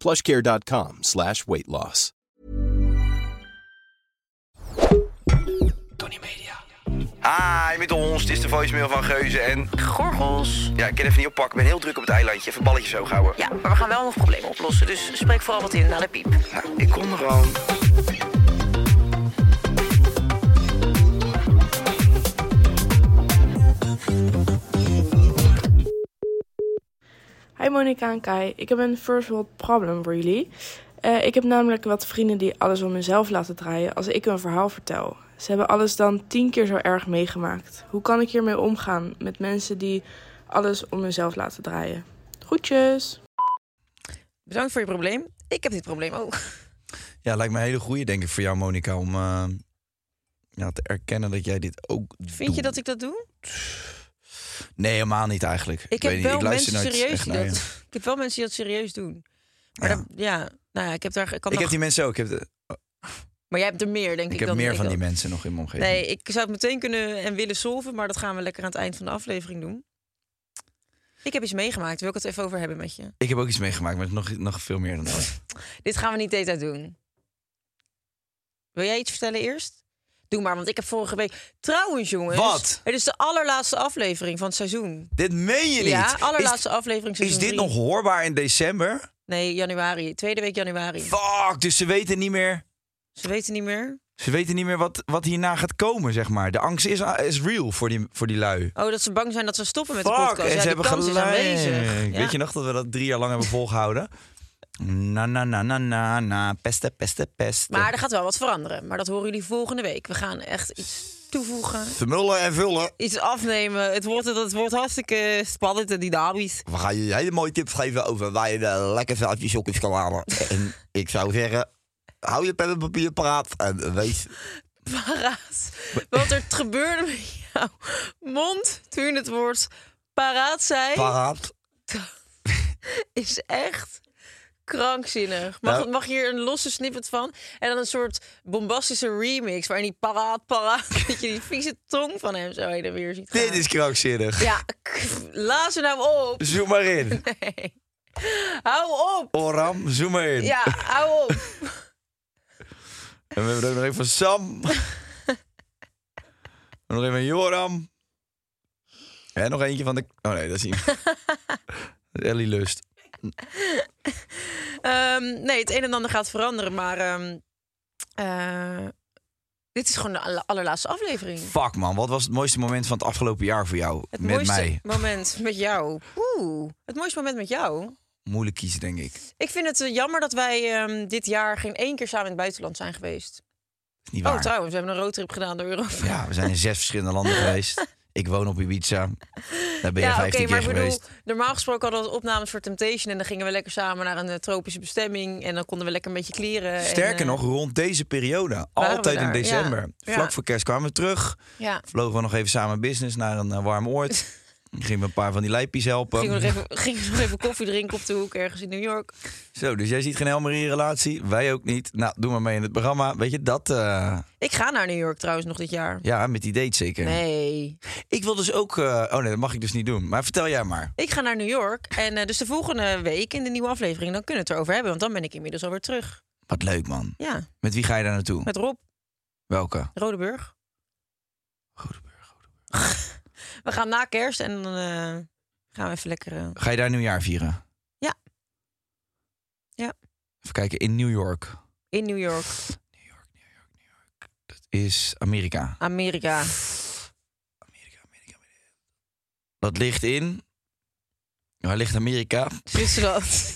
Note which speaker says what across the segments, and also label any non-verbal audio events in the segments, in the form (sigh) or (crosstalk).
Speaker 1: Plushcare.com slash weight loss.
Speaker 2: Tony Media. Hi, met ons. Dit is de voicemail van Geuze en...
Speaker 3: Gorgels.
Speaker 2: Ja, ik kan even niet oppakken. Ik ben heel druk op het eilandje. Even balletjes zo houden.
Speaker 3: Ja, maar we gaan wel nog problemen oplossen. Dus spreek vooral wat in naar de piep.
Speaker 2: Nou, ik kom er al.
Speaker 4: Hi Monica en Kai, ik heb een first world problem voor jullie. Eh, ik heb namelijk wat vrienden die alles om mezelf laten draaien als ik een verhaal vertel. Ze hebben alles dan tien keer zo erg meegemaakt. Hoe kan ik hiermee omgaan met mensen die alles om mezelf laten draaien? Groetjes!
Speaker 3: Bedankt voor je probleem. Ik heb dit probleem ook.
Speaker 5: Ja, lijkt me een hele goede, denk ik, voor jou, Monica, om eh, ja, te erkennen dat jij dit ook
Speaker 3: Vind je dat ik dat doe?
Speaker 5: Nee, helemaal niet eigenlijk.
Speaker 3: Ik heb
Speaker 5: weet niet,
Speaker 3: wel
Speaker 5: ik luister
Speaker 3: mensen
Speaker 5: nooit
Speaker 3: serieus
Speaker 5: echt
Speaker 3: die
Speaker 5: naar
Speaker 3: dat...
Speaker 5: je.
Speaker 3: Ik heb wel mensen die dat serieus doen. Maar
Speaker 5: Ja.
Speaker 3: ja, ja nou ja, ik heb daar... Ik kan
Speaker 5: Ik
Speaker 3: nog-
Speaker 5: heb die mensen ook. Ik heb, de-
Speaker 3: Maar jij hebt er meer, denk ik.
Speaker 5: ik heb
Speaker 3: dan
Speaker 5: meer
Speaker 3: ik
Speaker 5: van die
Speaker 3: had.
Speaker 5: mensen nog in mijn omgeving.
Speaker 3: Nee, ik zou het meteen kunnen en willen solven, maar dat gaan we lekker aan het eind van de aflevering doen. Ik heb iets meegemaakt, wil ik het even over hebben met je.
Speaker 5: Ik heb ook iets meegemaakt, maar nog, nog veel meer dan dat.
Speaker 3: Dit gaan we niet de hele tijd doen. Wil jij iets vertellen eerst? Doe maar, want ik heb vorige week... Trouwens, jongens.
Speaker 5: Wat?
Speaker 3: Het is de allerlaatste aflevering van het seizoen.
Speaker 5: dit meen je niet.
Speaker 3: ja,
Speaker 5: Is-
Speaker 3: allerlaatste aflevering
Speaker 5: Is
Speaker 3: seizoen
Speaker 5: dit
Speaker 3: drie.
Speaker 5: nog hoorbaar in december?
Speaker 3: Nee, januari. Tweede week januari.
Speaker 5: Fuck, dus ze weten niet meer,
Speaker 3: Ze weten niet meer.
Speaker 5: ze weten niet meer wat, wat hierna gaat komen, zeg maar. De angst is, is real voor die, voor die lui.
Speaker 3: Oh, dat ze bang zijn dat ze stoppen met
Speaker 5: Fuck,
Speaker 3: de podcast.
Speaker 5: en
Speaker 3: ja,
Speaker 5: ze
Speaker 3: die
Speaker 5: hebben
Speaker 3: kans
Speaker 5: gelijk.
Speaker 3: is aanwezig. Ja.
Speaker 5: Weet je nog dat we dat drie jaar lang hebben volgehouden? Na, na, na, na, na, na. Pesten, pesten, pesten.
Speaker 3: Maar er gaat wel wat veranderen. Maar dat horen jullie volgende week. We gaan echt iets toevoegen.
Speaker 5: Vermullen en vullen.
Speaker 3: Iets afnemen. Het wordt, het wordt hartstikke spannend en (laughs) dynamisch.
Speaker 5: We gaan je hele mooie tips geven over waar je de lekker zelfje sokjes kan halen. En ik zou zeggen, hou je pen en papier paraat en wees...
Speaker 3: Paraat. Wat er gebeurde met jouw mond toen het woord paraat zei,
Speaker 5: Paraat.
Speaker 3: is echt krankzinnig. Mag,
Speaker 5: Nou.
Speaker 3: mag hier een losse snippet van? En dan een soort bombastische remix waarin die paraat, paraat, (laughs) dat je die vieze tong van hem zo heen en weer ziet gaan.
Speaker 5: Dit is krankzinnig.
Speaker 3: Ja, laat ze nou op.
Speaker 5: Zoom maar in.
Speaker 3: Hou op.
Speaker 5: Oram, zoom maar in.
Speaker 3: Ja, hou op.
Speaker 5: En we hebben er ook nog even van
Speaker 3: (laughs)
Speaker 5: Sam. en nog even van Joram. En nog eentje van de... Oh nee, dat is niet...
Speaker 3: (laughs)
Speaker 5: Dat is Ellie Lust.
Speaker 3: Ehm, nee, het een en ander gaat veranderen, maar ehm, eh, dit is gewoon de aller- allerlaatste aflevering.
Speaker 5: Fuck man, wat was het mooiste moment van het afgelopen jaar voor jou?
Speaker 3: Het
Speaker 5: met
Speaker 3: mooiste
Speaker 5: mij.
Speaker 3: moment met jou. Oeh, het mooiste moment met jou.
Speaker 5: Moeilijk kiezen, denk ik.
Speaker 3: Ik vind het eh, jammer dat wij ehm, dit jaar geen één keer samen in het buitenland zijn geweest.
Speaker 5: Is niet waar.
Speaker 3: Oh, trouwens, we hebben een roadtrip gedaan door Europa.
Speaker 5: Ja, we zijn in zes verschillende
Speaker 3: (laughs)
Speaker 5: landen geweest. Ik woon op Ibiza. Daar ben je
Speaker 3: Ja,
Speaker 5: 15
Speaker 3: oké,
Speaker 5: keer
Speaker 3: maar ik bedoel,
Speaker 5: geweest.
Speaker 3: normaal gesproken hadden we opnames voor Temptation... en dan gingen we lekker samen naar een eh, tropische bestemming... en dan konden we lekker een beetje kleren.
Speaker 5: Sterker
Speaker 3: en, eh,
Speaker 5: nog, rond deze periode,
Speaker 3: we
Speaker 5: altijd in
Speaker 3: daar,
Speaker 5: december,
Speaker 3: ja.
Speaker 5: vlak
Speaker 3: Ja.
Speaker 5: voor kerst kwamen we terug.
Speaker 3: Ja.
Speaker 5: Vlogen we nog even samen business naar een eh, warm
Speaker 3: (laughs)
Speaker 5: oord. Gingen we een paar van die lijpjes helpen.
Speaker 3: Gingen we, nog even, gingen we nog even koffie drinken op de hoek ergens in New York.
Speaker 5: Zo, dus jij ziet geen Helmer in je relatie. Wij ook niet. Nou, doe maar mee in het programma. Weet je, dat... eh,
Speaker 3: Ik ga naar New York trouwens nog dit jaar.
Speaker 5: ja, met die date zeker.
Speaker 3: Nee.
Speaker 5: Ik wil dus ook... eh, oh nee, dat mag ik dus niet doen. Maar vertel jij maar.
Speaker 3: Ik ga naar New York. En eh, dus de volgende week in de nieuwe aflevering, dan kunnen we het erover hebben. Want dan ben ik inmiddels alweer terug.
Speaker 5: Wat leuk, man.
Speaker 3: Ja,
Speaker 5: Met wie ga je daar naartoe?
Speaker 3: met Rob
Speaker 5: Welke?
Speaker 3: Rodeburg. (laughs) We gaan na kerst en dan eh, gaan we even lekker... eh,
Speaker 5: Ga je daar nieuwjaar vieren?
Speaker 3: Ja. Ja.
Speaker 5: Even kijken, in New York.
Speaker 3: In New York,
Speaker 5: New York, New York, New York. Dat is Amerika. Amerika,
Speaker 3: Amerika.
Speaker 5: Amerika, Amerika. Dat ligt in. Waar ligt Amerika? (laughs)
Speaker 3: Zwitserland.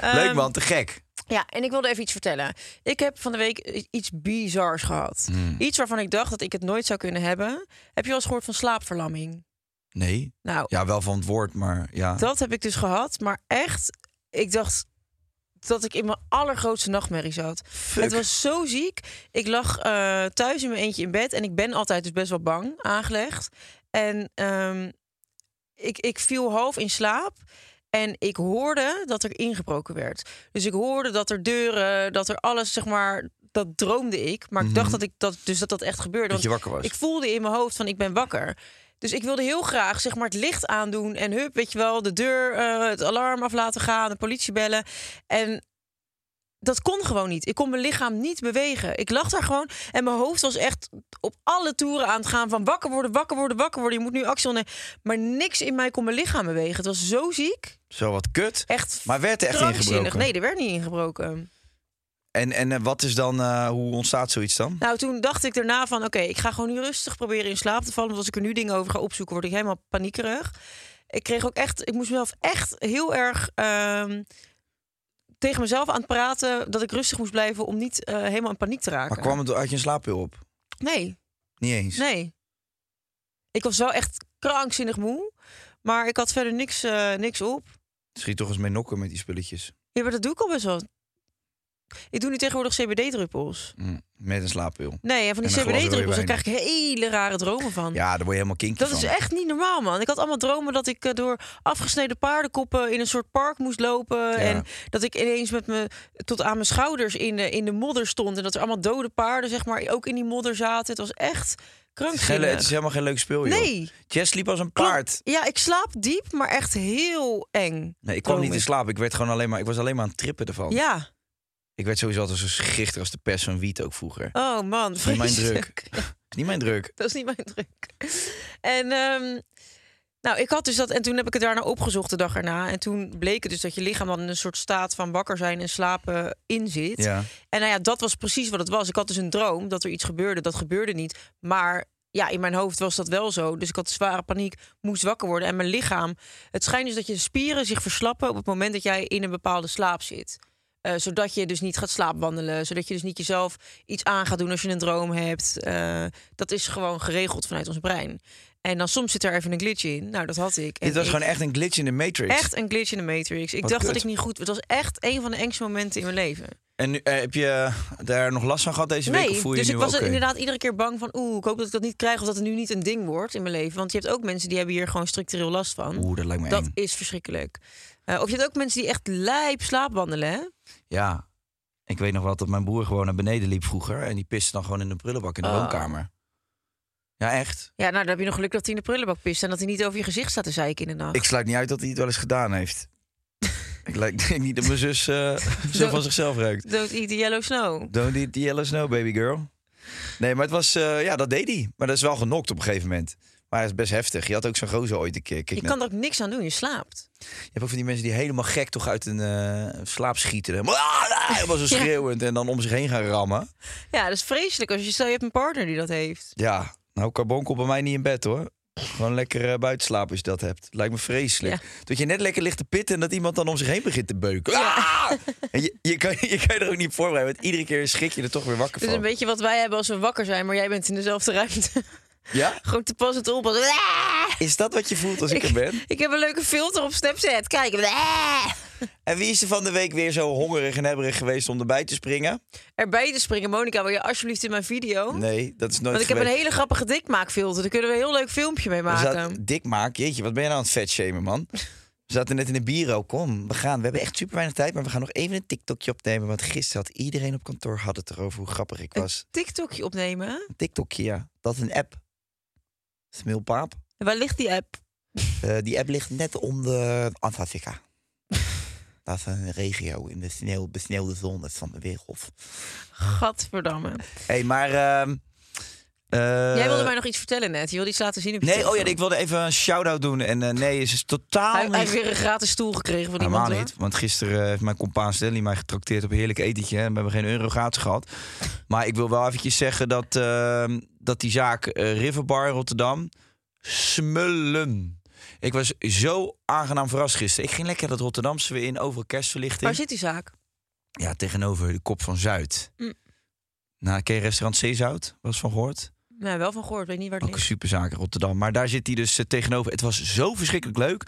Speaker 5: Leuk
Speaker 3: Ehm,
Speaker 5: man, te gek.
Speaker 3: Ja, en ik wilde even iets vertellen. Ik heb van de week iets bizars gehad.
Speaker 5: Hmm.
Speaker 3: Iets waarvan ik dacht dat ik het nooit zou kunnen hebben. Heb je wel eens gehoord van slaapverlamming?
Speaker 5: Nee.
Speaker 3: Nou,
Speaker 5: Ja, wel van het woord, maar ja.
Speaker 3: dat heb ik dus gehad. Maar echt, ik dacht dat ik in mijn allergrootste nachtmerrie zat. Het was zo ziek. Ik lag eh, thuis in mijn eentje in bed. En ik ben altijd dus best wel bang aangelegd. En ehm, ik, ik viel half in slaap. En ik hoorde dat er ingebroken werd. Dus ik hoorde dat er deuren, dat er alles, zeg maar, dat droomde ik. Maar ik dacht dat ik dat, dus dat dat echt gebeurde.
Speaker 5: Mhm. Dat je
Speaker 3: Want
Speaker 5: wakker was.
Speaker 3: Ik voelde in mijn hoofd van ik ben wakker. Dus ik wilde heel graag, zeg maar, het licht aandoen en hup, weet je wel, de deur, eh, het alarm af laten gaan, de politie bellen. En dat kon gewoon niet. Ik kon mijn lichaam niet bewegen. Ik lag daar gewoon en mijn hoofd was echt op alle toeren aan het gaan van wakker worden, wakker worden, wakker worden. Je moet nu actie ondernemen. Maar niks in mij kon mijn lichaam bewegen. Het was zo ziek.
Speaker 5: Zo wat kut.
Speaker 3: Echt
Speaker 5: Maar werd er echt
Speaker 3: krankzinnig.
Speaker 5: ingebroken?
Speaker 3: Nee, er werd niet ingebroken.
Speaker 5: En, en eh, wat is dan, eh, hoe ontstaat zoiets dan?
Speaker 3: Nou, toen dacht ik daarna van... oké, ik ga gewoon nu rustig proberen in slaap te vallen... want als ik er nu dingen over ga opzoeken, word ik helemaal paniekerig. Ik kreeg ook echt... Ik moest mezelf echt heel erg... ehm, tegen mezelf aan het praten dat ik rustig moest blijven... om niet eh, helemaal in paniek te raken.
Speaker 5: Maar kwam het door- uit je een slaappil op?
Speaker 3: Nee,
Speaker 5: Niet eens.
Speaker 3: nee. Ik was wel echt krankzinnig moe... maar ik had verder niks, eh, niks op.
Speaker 5: Schiet toch eens mee nokken met die spulletjes.
Speaker 3: Ja, maar dat doe ik al best wel. Ik doe nu tegenwoordig CBD-druppels.
Speaker 5: Mm, Met een slaappil.
Speaker 3: Nee, en van die
Speaker 5: En een glas
Speaker 3: CBD-druppels, daar
Speaker 5: rode
Speaker 3: krijg ik hele rare dromen van.
Speaker 5: Ja, daar word je helemaal kinky
Speaker 3: Dat
Speaker 5: van.
Speaker 3: is echt niet normaal, man. Ik had allemaal dromen dat ik eh, door afgesneden paardenkoppen in een soort park moest lopen. En dat ik ineens met me tot aan mijn schouders in de, in de modder stond. En dat er allemaal dode paarden, zeg maar, ook in die modder zaten. Het was echt
Speaker 5: Gelle, het is
Speaker 3: krankzinnig.
Speaker 5: helemaal geen leuk speel, joh.
Speaker 3: Nee,
Speaker 5: Jess liep als een
Speaker 3: klopt.
Speaker 5: paard.
Speaker 3: Ja, ik slaap diep, maar echt heel eng.
Speaker 5: Nee, ik kwam
Speaker 3: Droom
Speaker 5: niet in
Speaker 3: ik.
Speaker 5: slaap. Ik, werd gewoon alleen maar, ik was alleen maar aan het trippen ervan.
Speaker 3: Ja.
Speaker 5: Ik werd sowieso altijd zo schichtig als de pers van wiet ook vroeger.
Speaker 3: Oh man,
Speaker 5: niet mijn
Speaker 3: (laughs) vreselijk.
Speaker 5: Is Niet mijn druk.
Speaker 3: Dat is niet mijn druk. En ehm, nou, ik had dus dat. En toen heb ik het daarna opgezocht de dag erna. En toen bleek het dus dat je lichaam dan in een soort staat van wakker zijn en slapen in zit.
Speaker 5: Ja.
Speaker 3: En nou ja, dat was precies wat het was. Ik had dus een droom dat er iets gebeurde. Dat gebeurde niet. Maar ja, in mijn hoofd was dat wel zo. Dus ik had zware paniek, moest wakker worden. En mijn lichaam. Het schijnt dus dat je spieren zich verslappen op het moment dat jij in een bepaalde slaap zit. Eh, zodat je dus niet gaat slaapwandelen. Zodat je dus niet jezelf iets aan gaat doen als je een droom hebt. Eh, dat is gewoon geregeld vanuit ons brein. En dan soms zit er even een glitch in. Nou, dat had ik. En
Speaker 5: Dit was
Speaker 3: ik-
Speaker 5: gewoon echt een glitch in de Matrix.
Speaker 3: echt een glitch in de Matrix. Ik
Speaker 5: Wat
Speaker 3: dacht dat
Speaker 5: kut.
Speaker 3: ik niet goed... Het was echt een van de engste momenten in mijn leven.
Speaker 5: En nu, eh, heb je daar nog last van gehad deze week?
Speaker 3: Nee,
Speaker 5: of voel je
Speaker 3: dus
Speaker 5: je
Speaker 3: ik
Speaker 5: nu eh,
Speaker 3: was
Speaker 5: oké?
Speaker 3: inderdaad iedere keer bang van... oeh, ik hoop dat ik dat niet krijg of dat het nu niet een ding wordt in mijn leven. Want je hebt ook mensen die hebben hier gewoon structureel last van.
Speaker 5: Oeh, dat lijkt me
Speaker 3: dat
Speaker 5: eng.
Speaker 3: is verschrikkelijk. Eh, of je hebt ook mensen die echt lijp slaapwandelen, hè?
Speaker 5: Ja. Ik weet nog wel dat mijn broer gewoon naar beneden liep vroeger. En die piste dan gewoon in de prullenbak
Speaker 3: Ah.
Speaker 5: in de woonkamer. Ja, echt.
Speaker 3: Ja, nou, dan heb je nog geluk dat hij in de prullenbak pist... en dat hij niet over je gezicht staat te zeiken in de nacht.
Speaker 5: Ik sluit niet uit dat hij het wel eens gedaan
Speaker 3: (laughs)
Speaker 5: heeft. ik lijk- denk niet dat mijn zus eh, zo van zichzelf ruikt.
Speaker 3: Don't eat the yellow snow.
Speaker 5: Don't eat the yellow snow, baby girl. Nee, maar het was... eh, ja, dat deed hij. Maar dat is wel genokt op een gegeven moment. Maar het is best heftig. Je had ook zo'n gozer ooit een keer. Kijk
Speaker 3: Je
Speaker 5: naar-
Speaker 3: kan er ook niks aan doen, je slaapt.
Speaker 5: Je hebt ook van die mensen die helemaal gek toch uit een eh, slaap schieten. Helemaal, ah, ah, helemaal zo
Speaker 3: (laughs) Ja.
Speaker 5: schreeuwend en dan om zich heen gaan rammen.
Speaker 3: Ja, dat is vreselijk als je, stel, je hebt een partner die dat heeft.
Speaker 5: Ja, nou karbonkel bij mij niet in bed hoor. Gewoon lekker eh, buiten slapen als je dat hebt. Lijkt me vreselijk. Dat je net lekker ligt te pitten en dat iemand dan om zich heen begint te beuken. Ah! En je, je, kan, je kan je er ook niet op voorbereiden, want iedere keer schrik je er toch weer wakker
Speaker 3: Dus
Speaker 5: van.
Speaker 3: een beetje wat wij hebben als we wakker zijn... maar jij bent in dezelfde ruimte. (laughs)
Speaker 5: Ja?
Speaker 3: Gewoon te pas het op. als-
Speaker 5: Is dat wat je voelt als ik er ben?
Speaker 3: Ik heb een leuke filter op Snapchat. Kijk.
Speaker 5: En wie is er van de week weer zo hongerig en hebberig geweest om erbij te springen?
Speaker 3: Erbij te springen. Monica, wil je alsjeblieft in mijn video?
Speaker 5: Nee, dat is nooit
Speaker 3: Want ik heb een
Speaker 5: geweest.
Speaker 3: hele grappige dikmaakfilter. Daar kunnen we een heel leuk filmpje mee
Speaker 5: We
Speaker 3: maken.
Speaker 5: zaten, dik maak, jeetje, wat ben je nou aan het vetshamen, man? We zaten net in de bureau. Kom, we gaan. We hebben echt super weinig tijd, maar we gaan nog even een TikTokje opnemen. Want gisteren had iedereen op kantoor had het erover hoe grappig ik was.
Speaker 3: TikTokje opnemen. hè?
Speaker 5: Een TikTokje, ja. Dat is een app. Dat is een heel paap.
Speaker 3: En waar ligt die app?
Speaker 5: Eh, die app ligt net onder Antarctica. (laughs) Dat is een regio in de sneeuw, besneeuwde zones van de wereld.
Speaker 3: Gadverdamme.
Speaker 5: Hé, hey, maar ehm,
Speaker 3: Jij wilde mij nog iets vertellen net. Je wilde iets laten zien op je
Speaker 5: Nee, oh ja,
Speaker 3: telefoon.
Speaker 5: ik wilde even een shout-out doen. En eh, nee, ze is totaal
Speaker 3: Hij, hij
Speaker 5: niet...
Speaker 3: heeft weer een gratis stoel gekregen van iemand.
Speaker 5: Helemaal
Speaker 3: hoor.
Speaker 5: niet, want gisteren eh, heeft mijn compaan Stanley mij getrakteerd op een heerlijk etentje. hè, En we hebben geen euro gratis gehad. Maar ik wil wel eventjes zeggen dat, eh, dat die zaak eh, Riverbar in Rotterdam... Smullen. Ik was zo aangenaam verrast gisteren. Ik ging lekker dat Rotterdamse weer in, overal kerstverlichting.
Speaker 3: Waar zit die zaak?
Speaker 5: Ja, tegenover de kop van Zuid.
Speaker 3: Mm.
Speaker 5: Nou, ken je restaurant Zeezout? Was van gehoord?
Speaker 3: Nee, Nou, wel van gehoord. Weet niet waar het
Speaker 5: Ook een
Speaker 3: ligt.
Speaker 5: superzaak in Rotterdam. Maar daar zit hij dus eh, tegenover. Het was zo verschrikkelijk leuk.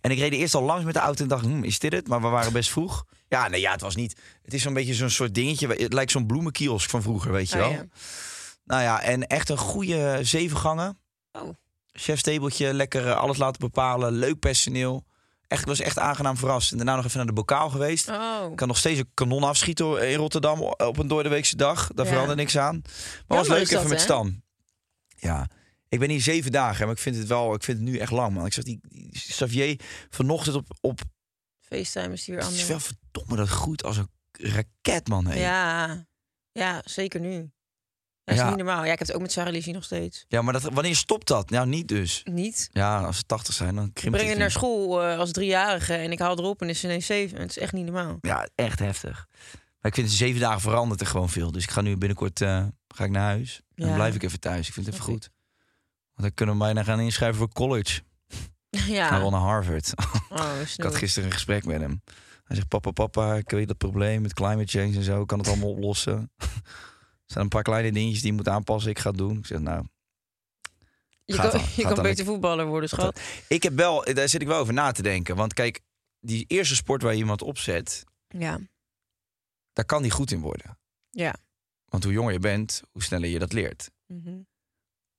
Speaker 5: En ik reed er eerst al langs met de auto en dacht, hm, is dit het? Maar we waren best vroeg. Ja, nee, ja, het was niet. Het is zo'n beetje zo'n soort dingetje. Het lijkt zo'n bloemenkiosk van vroeger, weet je
Speaker 3: Ah,
Speaker 5: wel.
Speaker 3: ja.
Speaker 5: Nou ja, en echt een goede zeven gangen.
Speaker 3: Oh.
Speaker 5: Chefstabeltje, lekker eh, alles laten bepalen. Leuk personeel. Echt, ik was echt aangenaam verrast. En daarna nog even naar de bokaal geweest.
Speaker 3: Oh.
Speaker 5: Ik kan nog steeds een kanon afschieten hoor, in Rotterdam op een doordeweekse dag. Daar
Speaker 3: Ja.
Speaker 5: verandert niks aan. Maar was
Speaker 3: Jammer
Speaker 5: leuk
Speaker 3: is
Speaker 5: even
Speaker 3: dat,
Speaker 5: met
Speaker 3: hè?
Speaker 5: Stan. Ja. Ik ben hier zeven dagen, hè, maar ik vind het wel, ik vind het nu echt lang, man. Ik zag die, die Xavier vanochtend op, op
Speaker 3: FaceTime is hier
Speaker 5: het
Speaker 3: anders.
Speaker 5: is wel verdomme dat goed als een raket, man. hé.
Speaker 3: Ja. ja, zeker nu. Dat is
Speaker 5: Ja.
Speaker 3: niet normaal. Ja, ik heb het ook met Sarah Lizzie nog steeds.
Speaker 5: ja, maar dat, wanneer stopt dat? Nou, niet dus.
Speaker 3: Niet.
Speaker 5: Ja, als ze tachtig zijn, dan
Speaker 3: Ik
Speaker 5: krimpt
Speaker 3: breng
Speaker 5: het
Speaker 3: haar naar
Speaker 5: weer.
Speaker 3: school eh, als driejarige en ik haal erop en is ze ineens zeven. Het is echt niet normaal. (laughs)
Speaker 5: Ja, echt heftig. Maar ik vind het zeven dagen verandert er gewoon veel. Dus ik ga nu binnenkort eh, ga ik naar huis. En
Speaker 3: Ja.
Speaker 5: dan blijf ik even thuis. Ik vind het even
Speaker 3: Oké.
Speaker 5: goed. Want dan kunnen we bijna gaan inschrijven voor college. Hij wil
Speaker 3: Ja.
Speaker 5: naar Harvard. (laughs)
Speaker 3: Oh,
Speaker 5: ik had
Speaker 3: snoer.
Speaker 5: gisteren een gesprek met hem. Hij zegt, papa, papa, ik weet dat probleem met climate change en zo. Ik kan het
Speaker 3: (laughs)
Speaker 5: allemaal oplossen. Er zijn een paar kleine dingetjes die je moet aanpassen. Ik ga het doen. Ik zeg, nou...
Speaker 3: Je
Speaker 5: Gaat
Speaker 3: kan,
Speaker 5: dan,
Speaker 3: (laughs) je
Speaker 5: gaat
Speaker 3: kan
Speaker 5: dan.
Speaker 3: beter voetballer worden, schat.
Speaker 5: Ik heb wel... Daar zit ik wel over na te denken. Want kijk, die eerste sport waar je iemand opzet...
Speaker 3: Ja.
Speaker 5: daar kan die goed in worden.
Speaker 3: Ja.
Speaker 5: Want hoe jonger je bent, hoe sneller je dat leert.
Speaker 3: Mhm.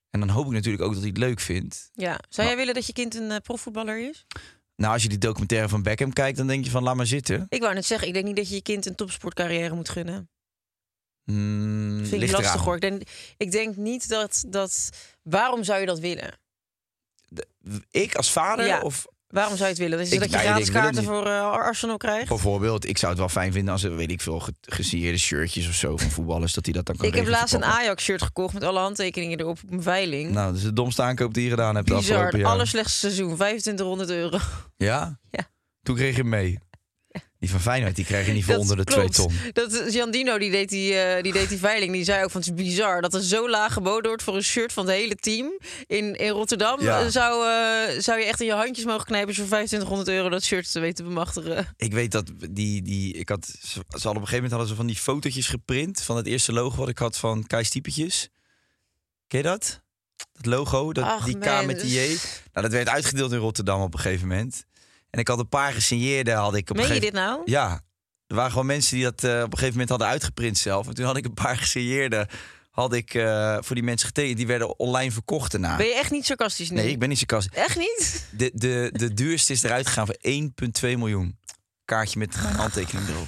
Speaker 5: En dan hoop ik natuurlijk ook dat hij het leuk vindt.
Speaker 3: Ja. Zou jij willen dat je kind een eh, profvoetballer is?
Speaker 5: Nou, als je die documentaire van Beckham kijkt, dan denk je van, laat maar zitten.
Speaker 3: Ik wou net zeggen, ik denk niet dat je je kind een topsportcarrière moet gunnen.
Speaker 5: Hmm,
Speaker 3: Vind ik
Speaker 5: Mm, ligt
Speaker 3: lastig
Speaker 5: eraan.
Speaker 3: hoor. Ik denk, ik denk niet dat, dat... Waarom zou je dat willen?
Speaker 5: Ik als vader
Speaker 3: Ja.
Speaker 5: of
Speaker 3: Waarom zou je het willen? Dat, is
Speaker 5: Ik-
Speaker 3: dat je
Speaker 5: nou, ik
Speaker 3: gratis
Speaker 5: denk, wil
Speaker 3: kaarten
Speaker 5: het
Speaker 3: voor eh, Arsenal krijgt?
Speaker 5: bijvoorbeeld, ik zou het wel fijn vinden als er, weet ik veel, ge- gesieerde shirtjes of zo van voetballers, dat hij dat dan kan
Speaker 3: Ik heb
Speaker 5: regelen
Speaker 3: laatst
Speaker 5: voor
Speaker 3: een
Speaker 5: papa.
Speaker 3: Ajax-shirt gekocht met alle handtekeningen erop op mijn veiling.
Speaker 5: Nou, dat is de domste aankoop die je gedaan hebt de
Speaker 3: Bizar,
Speaker 5: afgelopen
Speaker 3: het
Speaker 5: jaar.
Speaker 3: allerslechtste seizoen, 2500 euro.
Speaker 5: Ja?
Speaker 3: Ja.
Speaker 5: Toen kreeg je hem mee. Die van Feyenoord, die krijg je niet voor
Speaker 3: Dat
Speaker 5: onder de
Speaker 3: klopt.
Speaker 5: twee ton.
Speaker 3: Dat Giandino, die deed die, eh, die deed die veiling, die zei ook van het is bizar dat er zo laag geboden wordt voor een shirt van het hele team. In, in Rotterdam
Speaker 5: Ja.
Speaker 3: eh, zou, eh, zou je echt in je handjes mogen knijpen als je voor 2500 euro dat shirt te weten te bemachtigen.
Speaker 5: Ik weet dat die, die ik had, ze, ze hadden op een gegeven moment hadden ze van die fotootjes geprint van het eerste logo wat ik had van Kai Stiepetjes. Ken je dat? Dat logo, dat,
Speaker 3: Ach,
Speaker 5: die K
Speaker 3: man.
Speaker 5: met die J. Nou, dat werd uitgedeeld in Rotterdam op een gegeven moment. En ik had een paar gesigneerde, had ik op een
Speaker 3: Meen je
Speaker 5: gegeven
Speaker 3: dit nou?
Speaker 5: Ja, er waren gewoon mensen die dat eh, op een gegeven moment hadden uitgeprint zelf. En toen had ik een paar (laughs) gesigneerde, had ik eh, voor die mensen getekend. Die werden online verkocht daarna.
Speaker 3: Ben je echt niet sarcastisch nu?
Speaker 5: Nee, ik ben niet zo kast.
Speaker 3: Echt niet?
Speaker 5: De, de, de duurste is eruit gegaan voor 1,2 miljoen. Kaartje met mijn handtekening erop.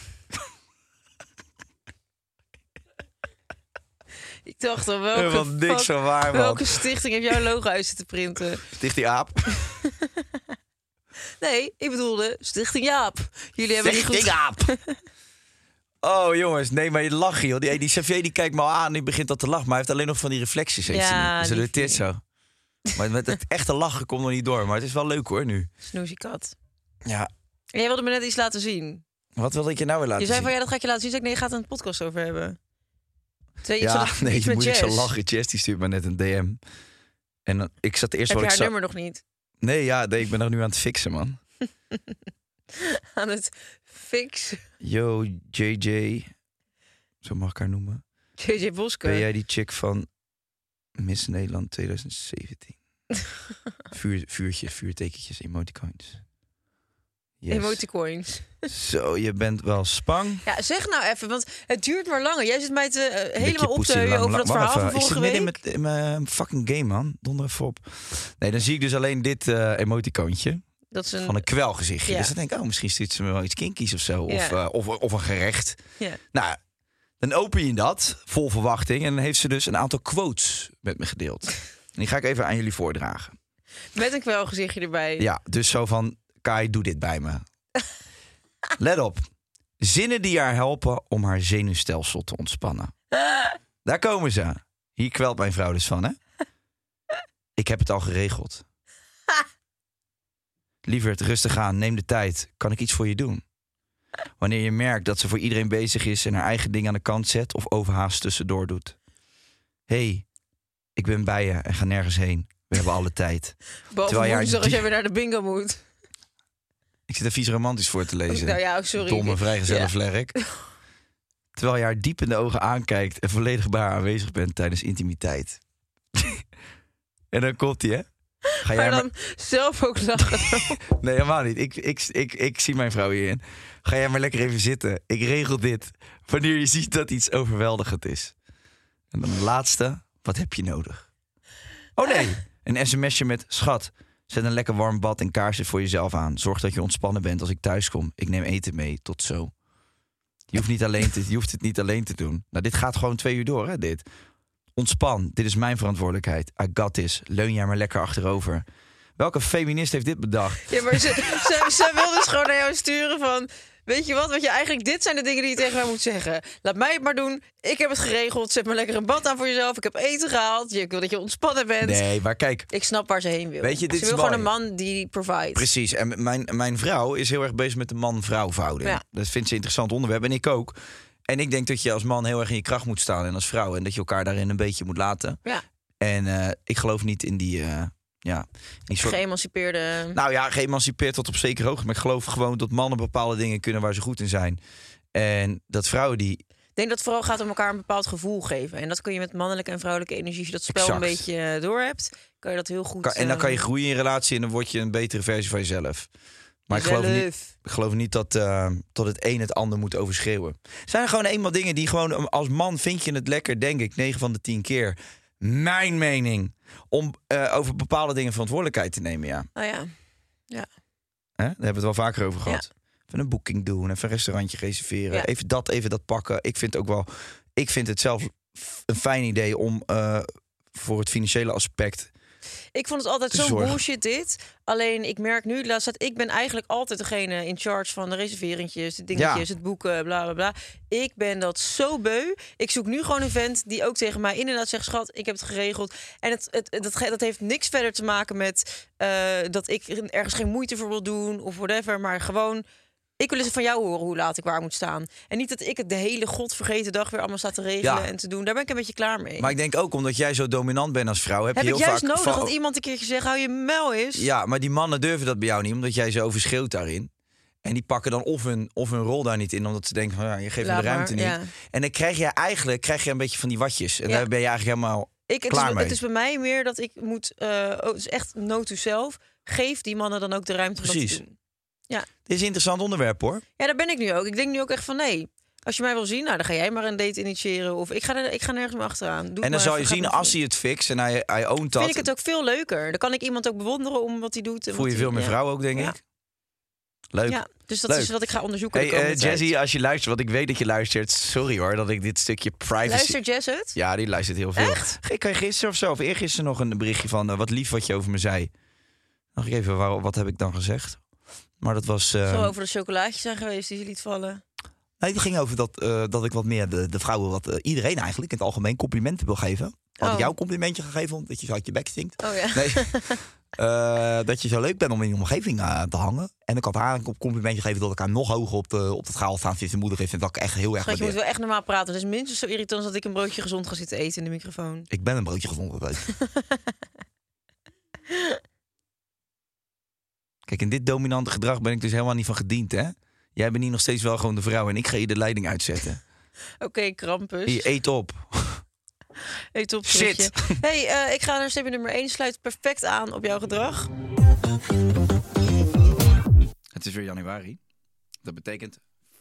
Speaker 3: Ik dacht al, welke,
Speaker 5: (laughs) Helemaal niks
Speaker 3: fuck-
Speaker 5: van waar, man.
Speaker 3: welke stichting heeft jouw logo uit zitten printen?
Speaker 5: Dicht die aap.
Speaker 3: Nee, ik bedoelde Stichting Jaap. Jullie hebben niet goed...
Speaker 5: Stichting
Speaker 3: (laughs)
Speaker 5: aap. Oh jongens, nee, maar je lacht joh. Die, die Xavier die kijkt me al aan en die begint dat te lachen. Maar hij heeft alleen nog van die reflecties. Heeft
Speaker 3: Ja,
Speaker 5: hij nu. Ze doet
Speaker 3: liefie.
Speaker 5: dit zo. Maar met het echte lachen komt nog niet door. Maar het is wel leuk hoor nu.
Speaker 3: Snoezie kat.
Speaker 5: Ja,
Speaker 3: En jij wilde me net iets laten zien.
Speaker 5: wat wilde ik je nou weer laten
Speaker 3: je zei
Speaker 5: zien?
Speaker 3: van ja, dat ga ik je laten zien. Zei ik, nee, je gaat er een podcast over hebben. Twee, iets
Speaker 5: Ja, (laughs)
Speaker 3: met-
Speaker 5: nee,
Speaker 3: iets
Speaker 5: je
Speaker 3: met
Speaker 5: moet ik zo
Speaker 3: jazz.
Speaker 5: lachen. Jess die stuurt me net een DM. En dan- ik zat eerst
Speaker 3: Heb
Speaker 5: wat
Speaker 3: je
Speaker 5: ik
Speaker 3: haar
Speaker 5: zag.
Speaker 3: nummer nog niet? (laughs)
Speaker 5: Nee, ja, nee, ik ben er nu aan het fixen, man.
Speaker 3: Aan het (laughs) fixen.
Speaker 5: Yo, JJ. Zo mag ik haar noemen.
Speaker 3: JJ Boske.
Speaker 5: Ben jij die chick van Miss Nederland 2017?
Speaker 3: (laughs)
Speaker 5: Vuur, vuurtjes, vuurtekentjes, emoticons. Yes.
Speaker 3: Emoticoins.
Speaker 5: Zo, je bent wel spang.
Speaker 3: Ja, zeg nou even, want het duurt maar langer. Jij zit mij te, eh, helemaal
Speaker 5: Beetje
Speaker 3: op te
Speaker 5: poetsie,
Speaker 3: heuien
Speaker 5: lang,
Speaker 3: over dat
Speaker 5: lang- wacht
Speaker 3: verhaal van
Speaker 5: even. Ik
Speaker 3: vorige
Speaker 5: zit
Speaker 3: week.
Speaker 5: midden in mijn- in mijn fucking game, man. Donder even op. Nee, dan zie ik dus alleen dit eh emoticoontje
Speaker 3: Dat is een...
Speaker 5: van een kwelgezichtje.
Speaker 3: Ja.
Speaker 5: Dus dan denk ik, oh, misschien stuurt ze me wel iets kinkies of zo. Of,
Speaker 3: Ja.
Speaker 5: eh, of, of een gerecht.
Speaker 3: Ja.
Speaker 5: Nou, dan open je dat, vol verwachting. En dan heeft ze dus een aantal quotes met me gedeeld.
Speaker 3: (laughs)
Speaker 5: En die ga ik even aan jullie voordragen.
Speaker 3: Met een kwelgezichtje erbij.
Speaker 5: Ja, dus zo van, Kai, doe dit bij me. Let op. Zinnen die haar helpen om haar zenuwstelsel te ontspannen. Daar komen ze. Hier kwelt mijn vrouw dus van, hè? Ik heb het al geregeld. Lieverd, rustig aan, neem de tijd. Kan ik iets voor je doen? Wanneer je merkt dat ze voor iedereen bezig is en haar eigen ding aan de kant zet of overhaast tussendoor doet. Hé, hey, ik ben bij je en ga nergens heen. We hebben alle tijd.
Speaker 3: Behalve
Speaker 5: Terwijl jij
Speaker 3: woensdag als
Speaker 5: die-
Speaker 3: jij weer naar de bingo moet.
Speaker 5: Ik zit er vies romantisch voor te lezen.
Speaker 3: Nou ja, sorry.
Speaker 5: Domme vrijgezelle
Speaker 3: Ja. (laughs)
Speaker 5: vlerk. Terwijl je haar diep in de ogen aankijkt en volledig bij haar aanwezig bent tijdens intimiteit. (laughs) en dan komt hij, hè? Ga jij
Speaker 3: Maar
Speaker 5: maar-
Speaker 3: dan zelf ook lachen.
Speaker 5: Nee, helemaal niet. Ik, ik, ik, ik zie mijn vrouw hierin. Ga jij maar lekker even zitten. Ik regel dit. Wanneer je ziet dat iets overweldigend is. En dan de laatste. Wat heb je nodig? Oh nee. Een sms'je met... Schat, zet een lekker warm bad en kaarsen voor jezelf aan. Zorg dat je ontspannen bent als ik thuis kom. Ik neem eten mee. Tot zo. Je hoeft, niet alleen te, je hoeft het niet alleen te doen. Nou, dit gaat gewoon twee uur door, hè, dit. Ontspan. Dit is mijn verantwoordelijkheid. I got this. Leun jij maar lekker achterover. Welke feminist heeft dit bedacht?
Speaker 3: Ja, maar ze, ze, ze wil dus gewoon naar jou sturen van... Weet je wat, wat je eigenlijk, dit zijn de dingen die je tegen mij moet zeggen. Laat mij het maar doen. Ik heb het geregeld. Zet maar lekker een bad aan voor jezelf. Ik heb eten gehaald. Je- Ik wil dat je ontspannen bent.
Speaker 5: Nee, maar kijk,
Speaker 3: Ik snap waar ze heen wil.
Speaker 5: Weet je, dit
Speaker 3: ze
Speaker 5: is
Speaker 3: wil gewoon een
Speaker 5: mooi.
Speaker 3: man die provide.
Speaker 5: precies. En mijn, mijn vrouw is heel erg bezig met de man-vrouw verhouding.
Speaker 3: Ja.
Speaker 5: Dat vindt ze een interessant onderwerp en ik ook. En ik denk dat je als man heel erg in je kracht moet staan en als vrouw. En dat je elkaar daarin een beetje moet laten.
Speaker 3: Ja,
Speaker 5: En eh, ik geloof niet in die, eh, ja, in die soort...
Speaker 3: geëmancipeerde...
Speaker 5: Nou ja, geëmancipeerd tot op zekere hoogte. Maar ik geloof gewoon dat mannen bepaalde dingen kunnen waar ze goed in zijn. En dat vrouwen die...
Speaker 3: Ik denk dat het vooral gaat om elkaar een bepaald gevoel geven. En dat kun je met mannelijke en vrouwelijke energie, als je dat spel
Speaker 5: Exact.
Speaker 3: een beetje eh, doorhebt, kan je dat heel goed...
Speaker 5: Kan, en dan
Speaker 3: eh,
Speaker 5: kan je groeien in relatie en dan word je een betere versie van jezelf. Maar ik geloof,
Speaker 3: zelf.
Speaker 5: niet, Ik geloof niet dat, eh, dat het een het ander moet overschreeuwen. Zijn er gewoon eenmaal dingen die gewoon um, als man vind je het lekker, denk ik, 9 van de 10 keer. Mijn mening. Om eh, over bepaalde dingen verantwoordelijkheid te nemen, ja.
Speaker 3: Nou ja,
Speaker 5: Hè? Daar hebben we het wel vaker over gehad. Even een boeking doen, even een restaurantje reserveren.
Speaker 3: Ja.
Speaker 5: Even dat, even dat pakken. Ik vind ook wel, ik vind het zelf f- een fijn idee om eh, voor het financiële aspect.
Speaker 3: Ik vond het altijd
Speaker 5: Te
Speaker 3: zo'n
Speaker 5: zorgen.
Speaker 3: bullshit dit. Alleen ik merk nu, laatst dat ik ben eigenlijk altijd degene in charge van de reserveringjes, de dingetjes,
Speaker 5: Ja.
Speaker 3: het boeken, bla bla bla. Ik ben dat zo beu. Ik zoek nu gewoon een vent die ook tegen mij inderdaad zegt, schat, ik heb het geregeld. En het, het, het- dat, ge- dat heeft niks verder te maken met eh, dat ik ergens geen moeite voor wil doen of whatever, maar gewoon... Ik wil eens van jou horen hoe laat ik waar moet staan. En niet dat ik het de hele godvergeten dag weer allemaal sta te regelen
Speaker 5: Ja.
Speaker 3: en te doen. Daar ben ik een beetje klaar mee.
Speaker 5: Maar ik denk ook omdat jij zo dominant bent als vrouw, heb,
Speaker 3: heb
Speaker 5: je
Speaker 3: ik
Speaker 5: heel
Speaker 3: juist
Speaker 5: vaak
Speaker 3: nodig
Speaker 5: van-
Speaker 3: dat iemand een keertje zegt, hou je mel is.
Speaker 5: Ja, maar die mannen durven dat bij jou niet, omdat jij ze overschreeuwt daarin. En die pakken dan of hun, of hun rol daar niet in, omdat ze denken, van, ja, je geeft me
Speaker 3: Laat
Speaker 5: de ruimte
Speaker 3: maar,
Speaker 5: niet. En dan krijg je eigenlijk krijg je een beetje van die watjes. En
Speaker 3: Ja.
Speaker 5: daar ben je eigenlijk helemaal...
Speaker 3: Ik, het,
Speaker 5: Klaar
Speaker 3: is,
Speaker 5: mee.
Speaker 3: het is bij mij meer dat ik moet. eh, oh, het is echt no to self. Geef die mannen dan ook de ruimte om
Speaker 5: Precies.
Speaker 3: dat te doen. Ja.
Speaker 5: Dit is een interessant onderwerp, hoor.
Speaker 3: ja, daar ben ik nu ook. Ik denk nu ook echt van nee. Als je mij wil zien, nou, dan ga jij maar een date initiëren. Of ik ga, er- ik ga nergens meer achteraan. Doe het
Speaker 5: en
Speaker 3: maar
Speaker 5: dan zal je
Speaker 3: even, ga
Speaker 5: zien,
Speaker 3: het maar
Speaker 5: als hij het fixt en hij, hij oont
Speaker 3: doen.
Speaker 5: dat...
Speaker 3: Vind ik het ook veel leuker. Dan kan ik iemand ook bewonderen om wat hij doet. en
Speaker 5: voel
Speaker 3: wat
Speaker 5: je
Speaker 3: hij-
Speaker 5: veel meer
Speaker 3: ja.
Speaker 5: vrouwen ook, denk
Speaker 3: Ja.
Speaker 5: ik. Leuk.
Speaker 3: Ja, dus dat
Speaker 5: Leuk.
Speaker 3: is wat ik ga onderzoeken.
Speaker 5: Hey,
Speaker 3: de komende
Speaker 5: eh, Jazzy,
Speaker 3: tijd.
Speaker 5: als je luistert, want ik weet dat je luistert. Sorry hoor, dat ik dit stukje privacy...
Speaker 3: luister Jazz het?
Speaker 5: Ja, die luistert heel veel.
Speaker 3: Echt?
Speaker 5: Ik kreeg gisteren of zo, of eergisteren nog een berichtje van... eh, wat lief wat je over me zei. Dacht ik even, waar, wat heb ik dan gezegd? Maar dat was... eh,
Speaker 3: Zo over de chocolaatjes zijn geweest die ze liet vallen.
Speaker 5: nee, het ging over dat, eh, dat ik wat meer de, de vrouwen... wat eh, iedereen eigenlijk in het algemeen complimenten wil geven. Had ik
Speaker 3: Oh.
Speaker 5: jou een complimentje gegeven, omdat je zo uit je bek stinkt.
Speaker 3: Oh
Speaker 5: (laughs)
Speaker 3: ja.
Speaker 5: Nee. Eh, dat je zo leuk bent om in je omgeving eh, te hangen. En ik had haar een complimentje gegeven dat ik haar nog hoger op, de, op het schaal staan sinds de moeder heeft. En dat ik echt heel erg
Speaker 3: Schat, je moet
Speaker 5: waardeer.
Speaker 3: wel echt normaal praten. Dat is minstens zo irritant als dat ik een broodje gezond ga zitten eten in de microfoon.
Speaker 5: Ik ben een broodje gevonden. weet je. Kijk, in dit dominante gedrag ben ik dus helemaal niet van gediend, hè? Jij bent hier nog steeds wel gewoon de vrouw en ik ga je de leiding uitzetten.
Speaker 3: Oké, Krampus.
Speaker 5: Hier, eet op.
Speaker 3: Hey, top.
Speaker 5: Shit.
Speaker 3: Shit. hey, eh, ik ga naar stapje nummer 1. Sluit perfect aan op jouw gedrag.
Speaker 5: Het is weer januari. Dat betekent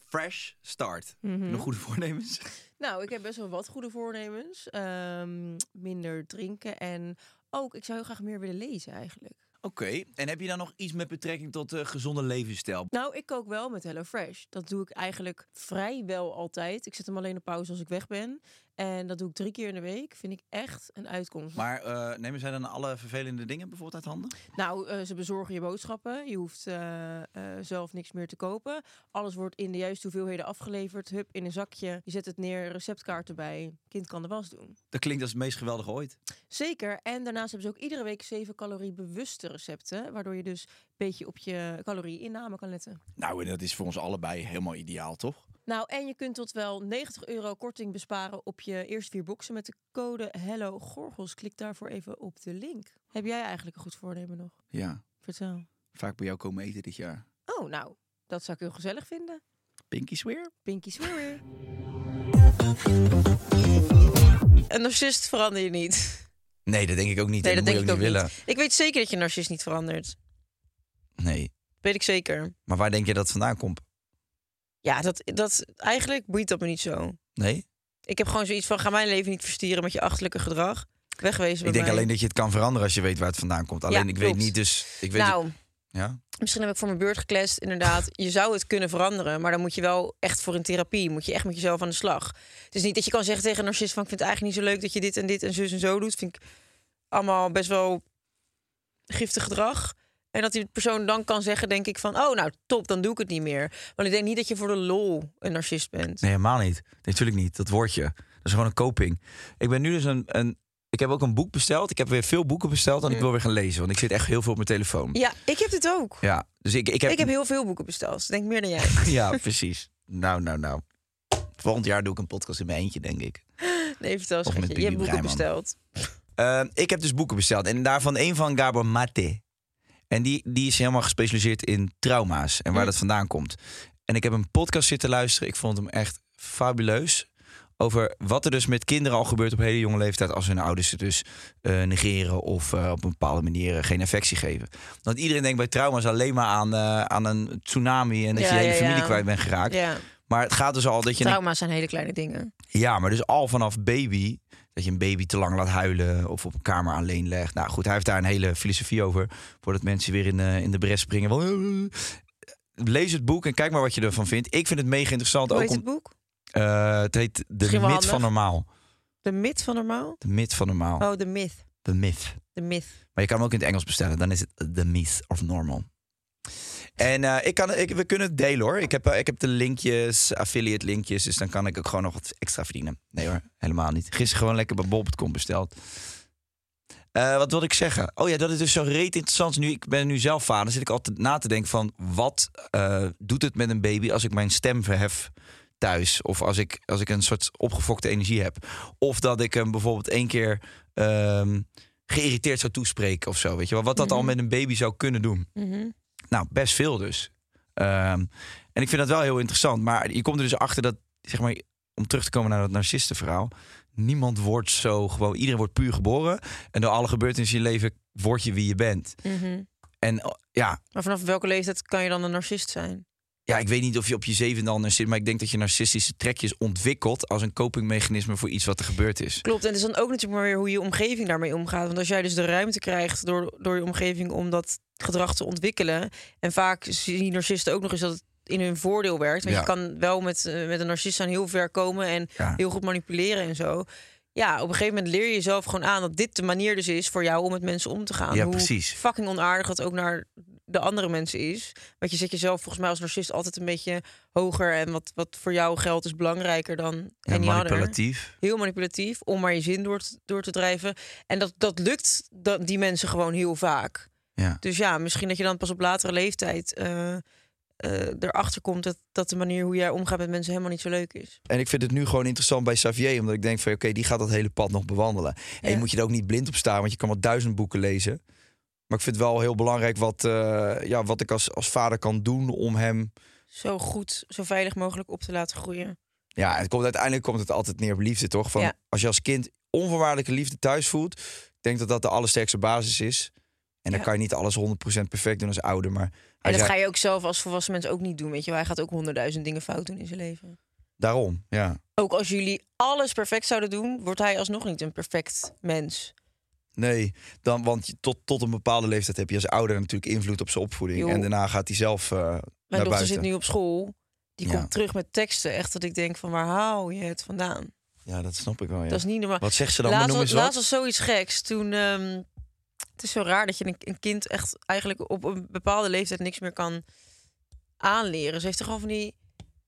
Speaker 5: fresh start. Nog goede voornemens?
Speaker 3: Nou, ik heb best wel wat goede voornemens. Ehm, minder drinken en ook, ik zou heel graag meer willen lezen eigenlijk.
Speaker 5: Oké, en heb je dan nog iets met betrekking tot eh, gezonde levensstijl?
Speaker 3: Nou, ik kook wel met HelloFresh. Dat doe ik eigenlijk vrijwel altijd. Ik zet hem alleen op pauze als ik weg ben. En dat doe ik drie keer in de week. Vind ik echt een uitkomst.
Speaker 5: Maar eh, nemen zij dan alle vervelende dingen bijvoorbeeld uit handen?
Speaker 3: Nou, eh, ze bezorgen je boodschappen. Je hoeft eh, eh, zelf niks meer te kopen. Alles wordt in de juiste hoeveelheden afgeleverd. Hup, in een zakje. Je zet het neer, receptkaart erbij. Kind kan de was doen.
Speaker 5: Dat klinkt als het meest geweldige ooit.
Speaker 3: Zeker. En daarnaast hebben ze ook iedere week zeven calorie bewuste recepten. Waardoor je dus een beetje op je calorieinname kan letten.
Speaker 5: Nou, en dat is voor ons allebei helemaal ideaal, toch?
Speaker 3: Nou, en je kunt tot wel 90 euro korting besparen op je eerste vier boxen met de code Hello Gorgels. Klik daarvoor even op de link. Heb jij eigenlijk een goed voornemen nog?
Speaker 5: Ja,
Speaker 3: Vertel.
Speaker 5: vaak bij jou komen eten dit jaar.
Speaker 3: Oh, nou, dat zou ik heel gezellig vinden.
Speaker 5: Pinky swear?
Speaker 3: Pinky swear. Een narcist verander je niet.
Speaker 5: Nee, dat denk ik ook niet.
Speaker 3: Nee,
Speaker 5: En
Speaker 3: dat denk
Speaker 5: moet
Speaker 3: ik ook
Speaker 5: je willen.
Speaker 3: niet. Ik weet zeker dat je een narcist niet verandert.
Speaker 5: Nee,
Speaker 3: Weet ik zeker.
Speaker 5: maar waar denk je dat het vandaan komt?
Speaker 3: Ja, dat, dat, eigenlijk boeit dat me niet zo.
Speaker 5: Nee?
Speaker 3: Ik heb gewoon zoiets van, ga mijn leven niet verstieren met je achterlijke gedrag. Wegwezen bij
Speaker 5: Ik denk
Speaker 3: mij.
Speaker 5: alleen dat je het kan veranderen als je weet waar het vandaan komt. Alleen ik weet
Speaker 3: klopt.
Speaker 5: niet, dus ik weet
Speaker 3: nou,
Speaker 5: ja?
Speaker 3: Misschien heb ik voor mijn beurt geclashed, inderdaad. Je zou het kunnen veranderen, maar dan moet je wel echt voor een therapie. Moet je echt met jezelf aan de slag. Het is niet dat je kan zeggen tegen een narcist van... ik vind het eigenlijk niet zo leuk dat je dit en dit en zus en zo doet. Vind ik allemaal best wel giftig gedrag. En dat die persoon dan kan zeggen, denk ik van... oh, nou, top, dan doe ik het niet meer. Want ik denk niet dat je voor de lol een narcist bent.
Speaker 5: Nee, helemaal niet. Nee, natuurlijk niet. Dat woordje. Dat is gewoon een coping. Ik ben nu dus een, een... Ik heb ook een boek besteld. Ik heb weer veel boeken besteld en ik wil weer gaan lezen. Want ik zit echt heel veel op mijn telefoon.
Speaker 3: Ja, ik heb dit ook.
Speaker 5: Ja, dus ik, ik heb...
Speaker 3: Ik heb heel veel boeken besteld. Ik denk meer dan jij.
Speaker 5: (laughs) Ja, precies. Nou, nou, nou. Volgend jaar doe ik een podcast in mijn eentje, denk ik.
Speaker 3: Nee, vertel
Speaker 5: met
Speaker 3: schatje. Je
Speaker 5: Bibi
Speaker 3: hebt boeken
Speaker 5: Breiman.
Speaker 3: besteld.
Speaker 5: Eh, ik heb dus boeken besteld. En daarvan één van Gabor Mate. En die, die is helemaal gespecialiseerd in trauma's en waar
Speaker 3: Mm.
Speaker 5: dat vandaan komt. En ik heb een podcast zitten luisteren. Ik vond hem echt fabuleus. Over wat er dus met kinderen al gebeurt op hele jonge leeftijd. als hun ouders ze dus eh, negeren of eh, op een bepaalde manier eh, geen affectie geven. Want iedereen denkt bij trauma's alleen maar aan, eh, aan een tsunami. en dat
Speaker 3: Ja,
Speaker 5: je je hele
Speaker 3: ja,
Speaker 5: familie
Speaker 3: ja.
Speaker 5: kwijt bent geraakt.
Speaker 3: Ja,
Speaker 5: Maar het gaat dus al dat je een
Speaker 3: trauma's zijn hele kleine dingen.
Speaker 5: ja, maar dus al vanaf baby, dat je een baby te lang laat huilen of op een kamer alleen legt. Nou goed, hij heeft daar een hele filosofie over, voordat mensen weer in, eh, in de bres springen. Van, eh, Lees het boek en kijk maar wat je ervan vindt. Ik vind het mega interessant.
Speaker 3: Hoe
Speaker 5: ook
Speaker 3: heet
Speaker 5: om,
Speaker 3: het boek?
Speaker 5: Eh, het heet De
Speaker 3: Misschien
Speaker 5: Myth
Speaker 3: wel
Speaker 5: van
Speaker 3: handig.
Speaker 5: Normaal.
Speaker 3: De myth van normaal?
Speaker 5: De Myth van Normaal.
Speaker 3: Oh, de myth.
Speaker 5: De Myth.
Speaker 3: De myth.
Speaker 5: Maar je kan hem ook in het Engels bestellen. Dan is het The Myth of Normal. En eh, ik kan, ik, we kunnen het delen hoor. Ik heb, eh, ik heb de linkjes, affiliate linkjes. Dus dan kan ik ook gewoon nog wat extra verdienen. Nee hoor, (laughs) helemaal niet. Gisteren gewoon lekker bij bol.com besteld. Eh, wat wilde ik zeggen? Oh ja, dat is dus zo reet interessant. Nu, ik ben nu zelf vader. zit ik altijd na te denken van... wat eh, doet het met een baby als ik mijn stem verhef thuis? Of als ik, als ik een soort opgefokte energie heb. Of dat ik hem bijvoorbeeld één keer... ehm, geïrriteerd zou toespreken of zo. Weet je wel, wat dat al met een baby zou kunnen doen. Nou, best veel dus. Ehm, en ik vind dat wel heel interessant. Maar je komt er dus achter dat, zeg maar, om terug te komen naar dat narcistenverhaal. Niemand wordt zo gewoon, iedereen wordt puur geboren. En door alle gebeurtenissen in je leven word je wie je bent. En oh, ja,
Speaker 3: Maar vanaf welke leeftijd kan je dan een narcist zijn?
Speaker 5: ja, ik weet niet of je op je zevende al narcist... maar ik denk dat je narcistische trekjes ontwikkelt... als een copingmechanisme voor iets wat er gebeurd is.
Speaker 3: Klopt, en het is dan ook natuurlijk maar weer hoe je omgeving daarmee omgaat. Want als jij dus de ruimte krijgt door, door je omgeving om dat gedrag te ontwikkelen... en vaak zien narcisten ook nog eens dat het in hun voordeel werkt. Want
Speaker 5: Ja.
Speaker 3: je kan wel met, eh, met een narcist zijn heel ver komen en
Speaker 5: Ja.
Speaker 3: heel goed manipuleren en zo... Ja, op een gegeven moment leer je jezelf gewoon aan dat dit de manier dus is voor jou om met mensen om te gaan.
Speaker 5: Ja,
Speaker 3: Hoe
Speaker 5: precies.
Speaker 3: fucking onaardig dat ook naar de andere mensen is. Want je zet jezelf volgens mij als narcist altijd een beetje hoger. En wat, wat voor jou geldt is belangrijker dan
Speaker 5: En
Speaker 3: any other
Speaker 5: manipulatief.
Speaker 3: heel manipulatief om maar je zin door te, door te drijven. En dat, dat lukt da- die mensen gewoon heel vaak.
Speaker 5: Ja.
Speaker 3: Dus ja, misschien dat je dan pas op latere leeftijd eh, eh, erachter komt dat, dat de manier hoe jij omgaat met mensen helemaal niet zo leuk is.
Speaker 5: En ik vind het nu gewoon interessant bij Xavier. Omdat ik denk van oké, die gaat dat hele pad nog bewandelen. En je
Speaker 3: Ja.
Speaker 5: moet je er ook niet blind op staan. Want je kan wel duizend boeken lezen. Maar ik vind het wel heel belangrijk wat, eh, ja, wat ik als, als vader kan doen om hem...
Speaker 3: Zo goed, zo veilig mogelijk op te laten groeien.
Speaker 5: Ja, het komt, uiteindelijk komt het altijd neer op liefde, toch? Van,
Speaker 3: Ja.
Speaker 5: Als je als kind onvoorwaardelijke liefde thuis voelt... ik denk dat dat de allersterkste basis is. En dan
Speaker 3: Ja.
Speaker 5: kan je niet alles 100% perfect doen als ouder. Maar
Speaker 3: En
Speaker 5: hij
Speaker 3: dat
Speaker 5: zei-
Speaker 3: ga je ook zelf als volwassen mens ook niet doen. Weet je, wel. hij gaat ook honderdduizend dingen fout doen in zijn leven.
Speaker 5: daarom, ja.
Speaker 3: Ook als jullie alles perfect zouden doen, wordt hij alsnog niet een perfect mens.
Speaker 5: Nee, dan, want je- tot, tot een bepaalde leeftijd heb je als ouder natuurlijk invloed op zijn opvoeding.
Speaker 3: Joh.
Speaker 5: En daarna gaat hij zelf eh,
Speaker 3: Mijn
Speaker 5: naar
Speaker 3: dochter
Speaker 5: buiten.
Speaker 3: zit nu op school. Die
Speaker 5: Ja.
Speaker 3: komt terug met teksten. Echt dat ik denk van waar hou je het vandaan?
Speaker 5: Ja, dat snap ik wel. Ja.
Speaker 3: Dat is niet normaal.
Speaker 5: Wat zegt ze dan?
Speaker 3: Laatst,
Speaker 5: Noem
Speaker 3: was,
Speaker 5: eens wat.
Speaker 3: laatst was zoiets geks. Toen, ehm, het is zo raar dat je een, een kind echt eigenlijk op een bepaalde leeftijd niks meer kan aanleren. Ze heeft toch al van die,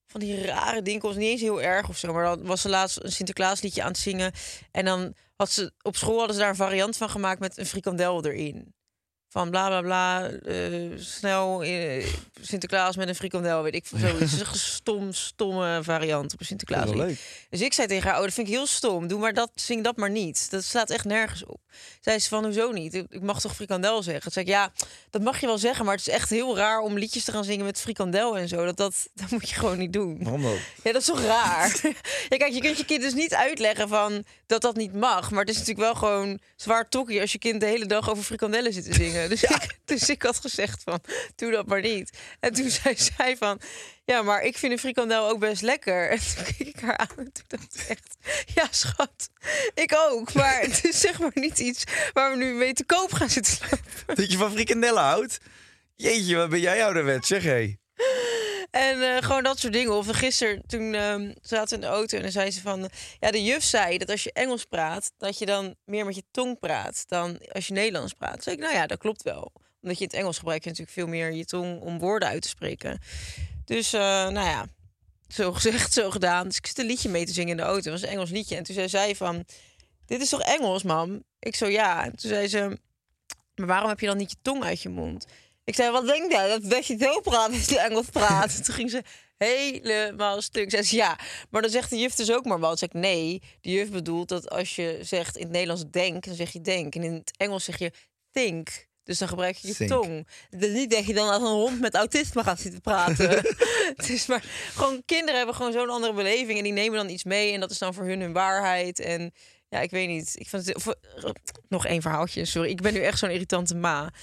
Speaker 3: van die rare dinkels, niet eens heel erg of zo. Maar dan was ze laatst een Sinterklaasliedje aan het zingen. En dan had ze op school hadden ze daar een variant van gemaakt met een frikandel erin. Van bla bla bla, eh, snel eh, Sinterklaas met een frikandel, weet ik veel.
Speaker 5: (laughs)
Speaker 3: zoiets. Het is echt een stom, stomme variant op een Sinterklaas.
Speaker 5: Wel leuk.
Speaker 3: Dus ik zei tegen haar, oh, dat vind ik heel stom. Doe maar dat, zing dat maar niet. Dat slaat echt nergens op. Zei ze van, hoezo niet? Ik ik mag toch frikandel zeggen? Toen zei ik, ja, dat mag je wel zeggen, maar het is echt heel raar om liedjes te gaan zingen met frikandel en zo. Dat, dat, dat moet je gewoon niet doen.
Speaker 5: Waarom dan? (laughs)
Speaker 3: Ja, dat is toch raar? ja, kijk, je kunt je kind dus niet uitleggen van dat dat niet mag. Maar het is natuurlijk wel gewoon zwaar tokkie als je kind de hele dag over frikandellen zit te zingen. Dus, ik, dus ik had gezegd van, doe dat maar niet. En toen zei zij van, ja, maar ik vind een frikandel ook best lekker. En toen keek ik haar aan en toen dacht ik echt, ja schat, ik ook. Maar het is zeg maar niet iets waar we nu mee te koop gaan zitten lopen.
Speaker 5: Dat je van frikandellen houdt? Jeetje, wat ben jij ouderwet, zeg hé.
Speaker 3: En eh, gewoon dat soort dingen. Of gisteren toen ehm, zaten we in de auto en dan zei ze van... Ja, de juf zei dat als je Engels praat, dat je dan meer met je tong praat dan als je Nederlands praat. Toen zei ik, nou ja, dat klopt wel. Omdat je in het Engels gebruikt je natuurlijk veel meer je tong om woorden uit te spreken. Dus, eh, nou ja, zo gezegd, zo gedaan. Dus ik zit een liedje mee te zingen in de auto. Het was een Engels liedje. En toen zei zij van, dit is toch Engels, mam? Ik zo, ja. En toen zei ze, maar waarom heb je dan niet je tong uit je mond? Ik zei, wat denk jij? Dat, dat je zo praat als je Engels praat. Toen ging ze helemaal stuk. Zei ze, ja, maar dan zegt de juf dus ook maar wat. Zeg ik, nee, de juf bedoelt dat als je zegt in het Nederlands denk, dan zeg je denk. En in het Engels zeg je think. Dus dan gebruik je je
Speaker 5: Think.
Speaker 3: tong. Dus niet dat je dan als een hond met autisme gaat zitten praten. (laughs) het is maar gewoon kinderen hebben gewoon zo'n andere beleving en die nemen dan iets mee en dat is dan voor hun hun waarheid en ja, ik weet niet. Ik vond het, of, nog één verhaaltje, sorry. Ik ben nu echt zo'n irritante ma.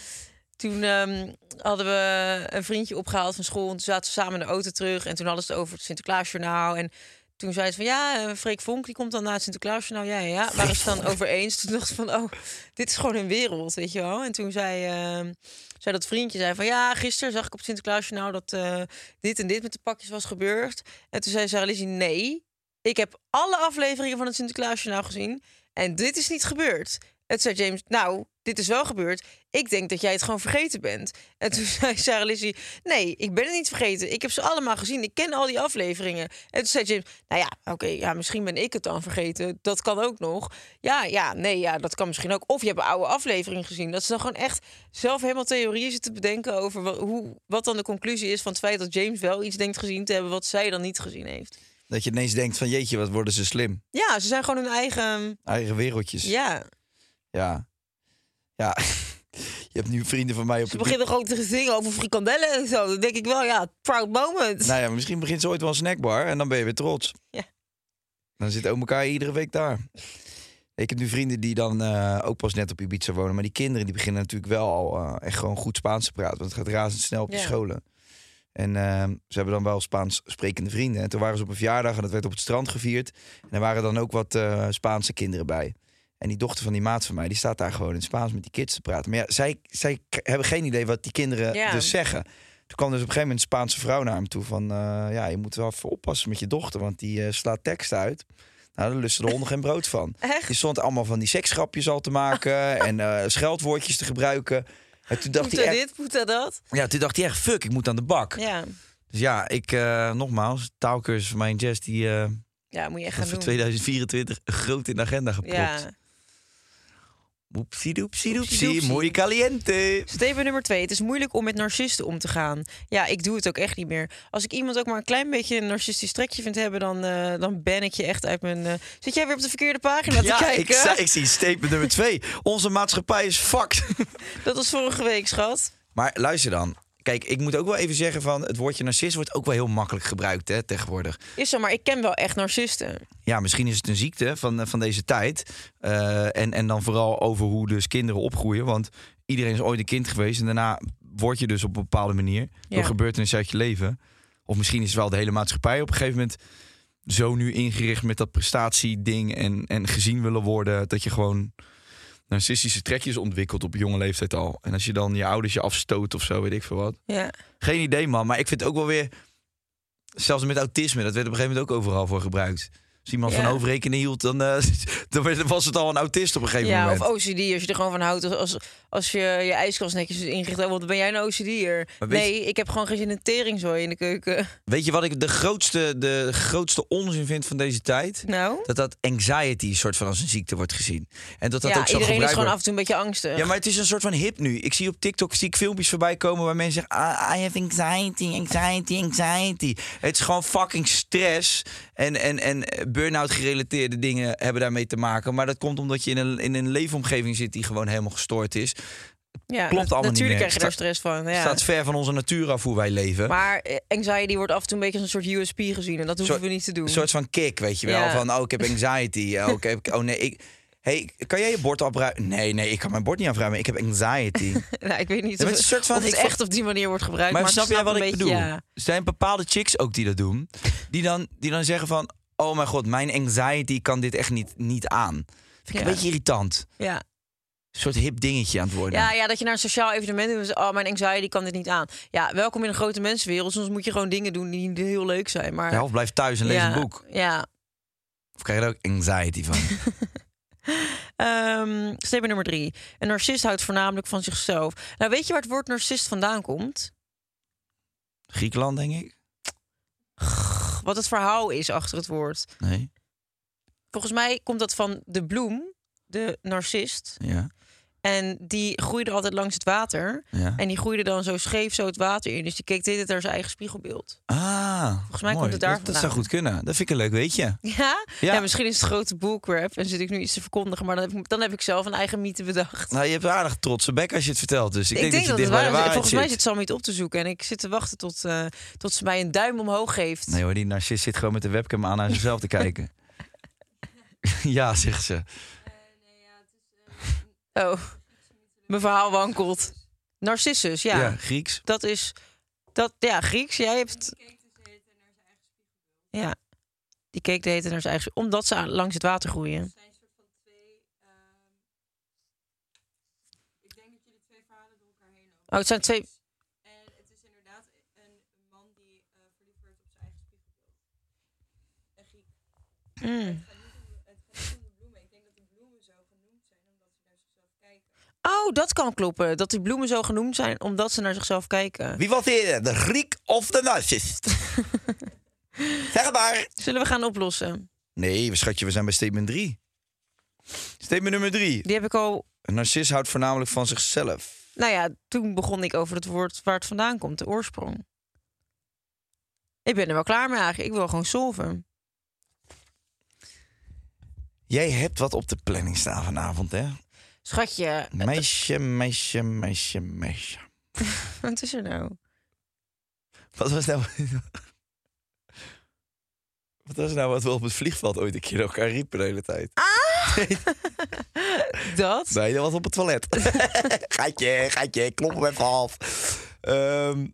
Speaker 3: Toen ehm, hadden we een vriendje opgehaald van school. En toen zaten we samen in de auto terug. En toen hadden ze het over het Sinterklaasjournaal. En toen zei ze van ja, eh, Freek Vonk die komt dan na het Sinterklaasjournaal. Ja, ja, ja. Waren ze het dan over eens? Toen dacht ik van oh, dit is gewoon een wereld, weet je wel. En toen zei, ehm, zei dat vriendje zei van ja, gisteren zag ik op het Sinterklaasjournaal dat eh, dit en dit met de pakjes was gebeurd. En toen zei Sarah Lizzie nee, ik heb alle afleveringen van het Sinterklaasjournaal gezien en dit is niet gebeurd. En toen zei James, nou, dit is wel gebeurd. Ik denk dat jij het gewoon vergeten bent. En toen (laughs) zei Sarah Lizzie, nee, ik ben het niet vergeten. Ik heb ze allemaal gezien. Ik ken al die afleveringen. En toen zei James, nou ja, oké, ja, misschien ben ik het dan vergeten. Dat kan ook nog. Ja, ja, nee, ja, dat kan misschien ook. Of je hebt een oude aflevering gezien. Dat ze dan gewoon echt zelf helemaal theorieën zitten bedenken over wat, hoe, wat dan de conclusie is van het feit dat James wel iets denkt gezien te hebben wat zij dan niet gezien heeft.
Speaker 5: Dat je ineens denkt van jeetje, wat worden ze slim.
Speaker 3: Ja, ze zijn gewoon hun eigen. ehm,
Speaker 5: Eigen wereldjes.
Speaker 3: Ja,
Speaker 5: Ja. Ja. (laughs) Je hebt nu vrienden van mij op
Speaker 3: ze
Speaker 5: de
Speaker 3: beginnen gewoon te zingen over frikandellen en zo. Dan denk ik wel, ja, proud moment. (laughs)
Speaker 5: Nou ja, misschien begint ze ooit wel een snackbar en dan ben je weer trots.
Speaker 3: Ja.
Speaker 5: Dan zitten ook elkaar iedere week daar. Ik heb nu vrienden die dan eh, ook pas net op Ibiza wonen. Maar die kinderen die beginnen natuurlijk wel al eh, echt gewoon goed Spaans te praten. Want het gaat razendsnel op de
Speaker 3: Ja.
Speaker 5: scholen. En eh, ze hebben dan wel Spaans sprekende vrienden. En toen waren ze op een verjaardag en dat werd op het strand gevierd. En er waren dan ook wat eh, Spaanse kinderen bij. En die dochter van die maat van mij, die staat daar gewoon in het Spaans met die kids te praten. Maar ja, zij, zij k- hebben geen idee wat die kinderen
Speaker 3: Ja.
Speaker 5: dus zeggen. Toen kwam dus op een gegeven moment een Spaanse vrouw naar hem toe van... eh, ja, je moet wel even oppassen met je dochter, want die eh, slaat tekst uit. Nou, daar lusten de honden geen brood van.
Speaker 3: (laughs) Echt?
Speaker 5: Die stond allemaal van die seksgrapjes al te
Speaker 3: (laughs)
Speaker 5: maken en eh, scheldwoordjes te gebruiken. En toen dacht,
Speaker 3: Moet
Speaker 5: hij
Speaker 3: dat
Speaker 5: echt,
Speaker 3: dit, moet dat dat?
Speaker 5: ja, toen dacht hij echt, fuck, ik moet aan de bak.
Speaker 3: Ja.
Speaker 5: Dus ja, ik, eh, nogmaals, taalkursus van mijn jazz... die eh
Speaker 3: ja, moet je echt gaan
Speaker 5: voor
Speaker 3: doen.
Speaker 5: 2024 groot in de agenda gepropt.
Speaker 3: Ja.
Speaker 5: Oepsie doepsie doepsie,
Speaker 3: doepsie.
Speaker 5: muy caliente.
Speaker 3: Steven nummer twee. Het is moeilijk om met narcisten om te gaan. Ja, ik doe het ook echt niet meer. Als ik iemand ook maar een klein beetje een narcistisch trekje vind hebben, dan, eh, dan ben ik je echt uit mijn. eh, Zit jij weer op de verkeerde pagina te
Speaker 5: Ja,
Speaker 3: kijken?
Speaker 5: ik, zei- ik zie statement nummer twee. Onze maatschappij is fucked. (laughs)
Speaker 3: Dat was vorige week, schat.
Speaker 5: Maar luister dan. Kijk, ik moet ook wel even zeggen van... het woordje narcist wordt ook wel heel makkelijk gebruikt hè, tegenwoordig.
Speaker 3: Is zo, maar ik ken wel echt narcisten.
Speaker 5: Ja, misschien is het een ziekte van, eh, van deze tijd. Eh, en, en dan vooral over hoe dus kinderen opgroeien. Want iedereen is ooit een kind geweest... en daarna word je dus op een bepaalde manier...
Speaker 3: Ja.
Speaker 5: door gebeurtenissen uit je leven. Of misschien is wel de hele maatschappij op een gegeven moment... zo nu ingericht met dat prestatieding... en, en gezien willen worden... dat je gewoon narcistische trekjes ontwikkeld op jonge leeftijd al. En als je dan je ouders je afstoot of zo, weet ik veel wat.
Speaker 3: Ja.
Speaker 5: Geen idee, man. Maar ik vind het ook wel weer... Zelfs met autisme, dat werd op een gegeven moment ook overal voor gebruikt. Als iemand
Speaker 3: Ja.
Speaker 5: van hoofdrekenen hield, dan, eh, (laughs) dan werd- was het al een autist op een gegeven
Speaker 3: ja,
Speaker 5: moment.
Speaker 3: of OCD, als je er gewoon van houdt. Als, als je je ijskast netjes inricht. oh, Want ben jij een OCD'er?
Speaker 5: Maar weet je-
Speaker 3: Nee, ik heb gewoon geen zin in teringzooi in de
Speaker 5: (laughs)
Speaker 3: keuken.
Speaker 5: Weet je wat ik de grootste, de grootste onzin vind van deze tijd?
Speaker 3: Nou?
Speaker 5: Dat dat anxiety soort van als een ziekte wordt gezien. En dat dat
Speaker 3: ja,
Speaker 5: ook zo
Speaker 3: iedereen is
Speaker 5: gebruikt
Speaker 3: gewoon
Speaker 5: wordt.
Speaker 3: af en toe een beetje angstig.
Speaker 5: Ja, maar het is een soort van hip nu. Ik zie op TikTok zie ik filmpjes voorbij komen waar mensen zeggen... "Ah, I have anxiety, anxiety, anxiety. Het is gewoon fucking stress. En, en, en burn-out gerelateerde dingen hebben daarmee te maken. Maar dat komt omdat je in een, in een leefomgeving zit die gewoon helemaal gestoord is.
Speaker 3: ja,
Speaker 5: klopt allemaal niet
Speaker 3: Natuurlijk
Speaker 5: meer.
Speaker 3: krijg je daar
Speaker 5: Sta-
Speaker 3: stress van. Ja.
Speaker 5: Staat ver van onze natuur af hoe wij leven.
Speaker 3: Maar eh, anxiety wordt af en toe een beetje als een soort USP gezien. En dat hoeven
Speaker 5: Soort-
Speaker 3: we niet te doen.
Speaker 5: Een soort van kick, weet je wel.
Speaker 3: Ja.
Speaker 5: Van, oh, ik heb anxiety. Oh, ik heb, oh nee, ik... Hey, kan jij je bord opruimen? Nee, nee, ik kan mijn bord niet afruimen. Ik heb
Speaker 3: (laughs)
Speaker 5: anxiety.
Speaker 3: (laughs) nou, ik weet niet
Speaker 5: Ja,
Speaker 3: of,
Speaker 5: maar het is een soort van-
Speaker 3: of het
Speaker 5: ik vond-
Speaker 3: echt op die manier wordt gebruikt.
Speaker 5: Maar,
Speaker 3: Maar,
Speaker 5: snap jij
Speaker 3: je
Speaker 5: wat ik bedoel?
Speaker 3: Ja.
Speaker 5: Er zijn bepaalde chicks ook die dat doen. Die dan, die dan zeggen van... Oh mijn god, mijn anxiety kan dit echt niet, niet aan. Vind ik
Speaker 3: Ja.
Speaker 5: een beetje irritant.
Speaker 3: Ja.
Speaker 5: Een soort hip dingetje aan het worden.
Speaker 3: Ja, ja, dat je naar een sociaal evenement doet. en zegt, Oh, mijn anxiety kan dit niet aan. Ja, welkom in een grote mensenwereld. Soms moet je gewoon dingen doen die niet heel leuk zijn. Maar
Speaker 5: De helft blijft thuis en leest
Speaker 3: ja,
Speaker 5: een boek.
Speaker 3: Ja.
Speaker 5: Of krijg je er ook anxiety van?
Speaker 3: (laughs) Ehm statement nummer drie. Een narcist houdt voornamelijk van zichzelf. Nou, weet je waar het woord narcist vandaan komt?
Speaker 5: Griekenland, denk ik?
Speaker 3: Pff, Wat het verhaal is achter het woord.
Speaker 5: Nee.
Speaker 3: Volgens mij komt dat van de bloem, de narcist.
Speaker 5: Ja.
Speaker 3: En die groeide altijd langs het water.
Speaker 5: Ja.
Speaker 3: En die groeide dan zo scheef zo het water in. Dus die keek dit naar zijn eigen spiegelbeeld. (laughs)
Speaker 5: Ah,
Speaker 3: Volgens mij
Speaker 5: mooi.
Speaker 3: komt het daar
Speaker 5: dat, dat zou
Speaker 3: vandaan.
Speaker 5: goed kunnen. Dat vind ik een leuk weetje.
Speaker 3: Ja?
Speaker 5: Ja.
Speaker 3: ja? misschien is het grote bullcrap en zit ik nu iets te verkondigen, maar dan heb ik, dan heb ik zelf een eigen mythe bedacht.
Speaker 5: Nou, je hebt een aardig trotse bek als je het vertelt. Dus ik,
Speaker 3: ik denk dat
Speaker 5: je
Speaker 3: het
Speaker 5: dicht bij de
Speaker 3: waar is.
Speaker 5: waarheid
Speaker 3: Volgens mij zit
Speaker 5: zit.
Speaker 3: Sam niet op te zoeken en ik zit te wachten tot, eh, tot ze mij een duim omhoog geeft.
Speaker 5: Nee hoor, die narcist zit gewoon met de webcam aan naar zichzelf te
Speaker 3: (laughs)
Speaker 5: kijken. ja, zegt ze.
Speaker 3: Oh, mijn verhaal wankelt. Narcissus, ja.
Speaker 5: Ja, Grieks.
Speaker 3: Dat is, dat, ja, Grieks, jij hebt... Ja, die keek de hele tijd naar zijn eigen Omdat ze aan- langs het water groeien. ehm, Oh, het zijn twee... eh, Mm. Oh, dat kan kloppen. Dat die bloemen zo genoemd zijn omdat ze naar zichzelf kijken.
Speaker 6: Wie was eerder, de Griek of de
Speaker 3: (laughs)
Speaker 6: narcist? zeg het maar.
Speaker 3: Zullen we gaan oplossen?
Speaker 5: Nee, we schatje, we zijn bij statement 3. Statement nummer 3.
Speaker 3: Die heb ik al.
Speaker 5: Een narcist houdt voornamelijk van zichzelf.
Speaker 3: Nou ja, toen begon ik over het woord waar het vandaan komt, de oorsprong. Ik ben er wel klaar mee eigenlijk. Ik wil gewoon solven.
Speaker 5: Jij hebt wat op de planning staan vanavond, hè?
Speaker 3: Schatje,
Speaker 5: Meisje, meisje, meisje, meisje.
Speaker 3: (laughs) wat is er nou? (laughs)
Speaker 5: Wat was nou... Wat was nou wat we op het vliegveld ooit een keer elkaar riepen de hele tijd?
Speaker 3: Ah! Dat?
Speaker 5: (laughs) Nee, dat was op het toilet. (laughs)
Speaker 6: Gaatje, gaatje, klop hem even af.
Speaker 5: Ehm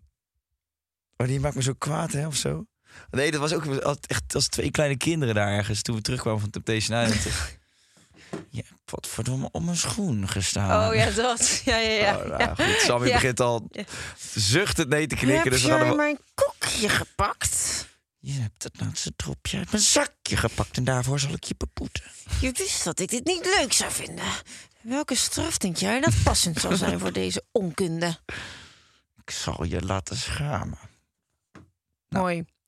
Speaker 5: oh, die maakt me zo kwaad, hè, of zo? Nee, dat was ook we hadden echt als twee kleine kinderen daar ergens toen we terugkwamen van Temptation Island. ja, wat verdomme op mijn schoen gestaan.
Speaker 3: Oh ja, dat. (laughs) Ja, ja, ja.
Speaker 5: Ah. Oh, nou, goed. Sammy
Speaker 3: Ja.
Speaker 5: begint al zuchtend nee te knikken.
Speaker 3: Heb
Speaker 5: Dus we
Speaker 3: jij
Speaker 5: gaan hem-
Speaker 3: mijn koekje gepakt?
Speaker 5: Je hebt het laatste dropje uit mijn zakje gepakt en daarvoor zal ik je beboeten.
Speaker 3: Je wist dat ik dit niet leuk zou vinden. Welke straf denk jij dat passend zal zijn voor deze
Speaker 5: (laughs)
Speaker 3: onkunde?
Speaker 5: Nou. Ik zal je laten schamen.
Speaker 3: Mooi.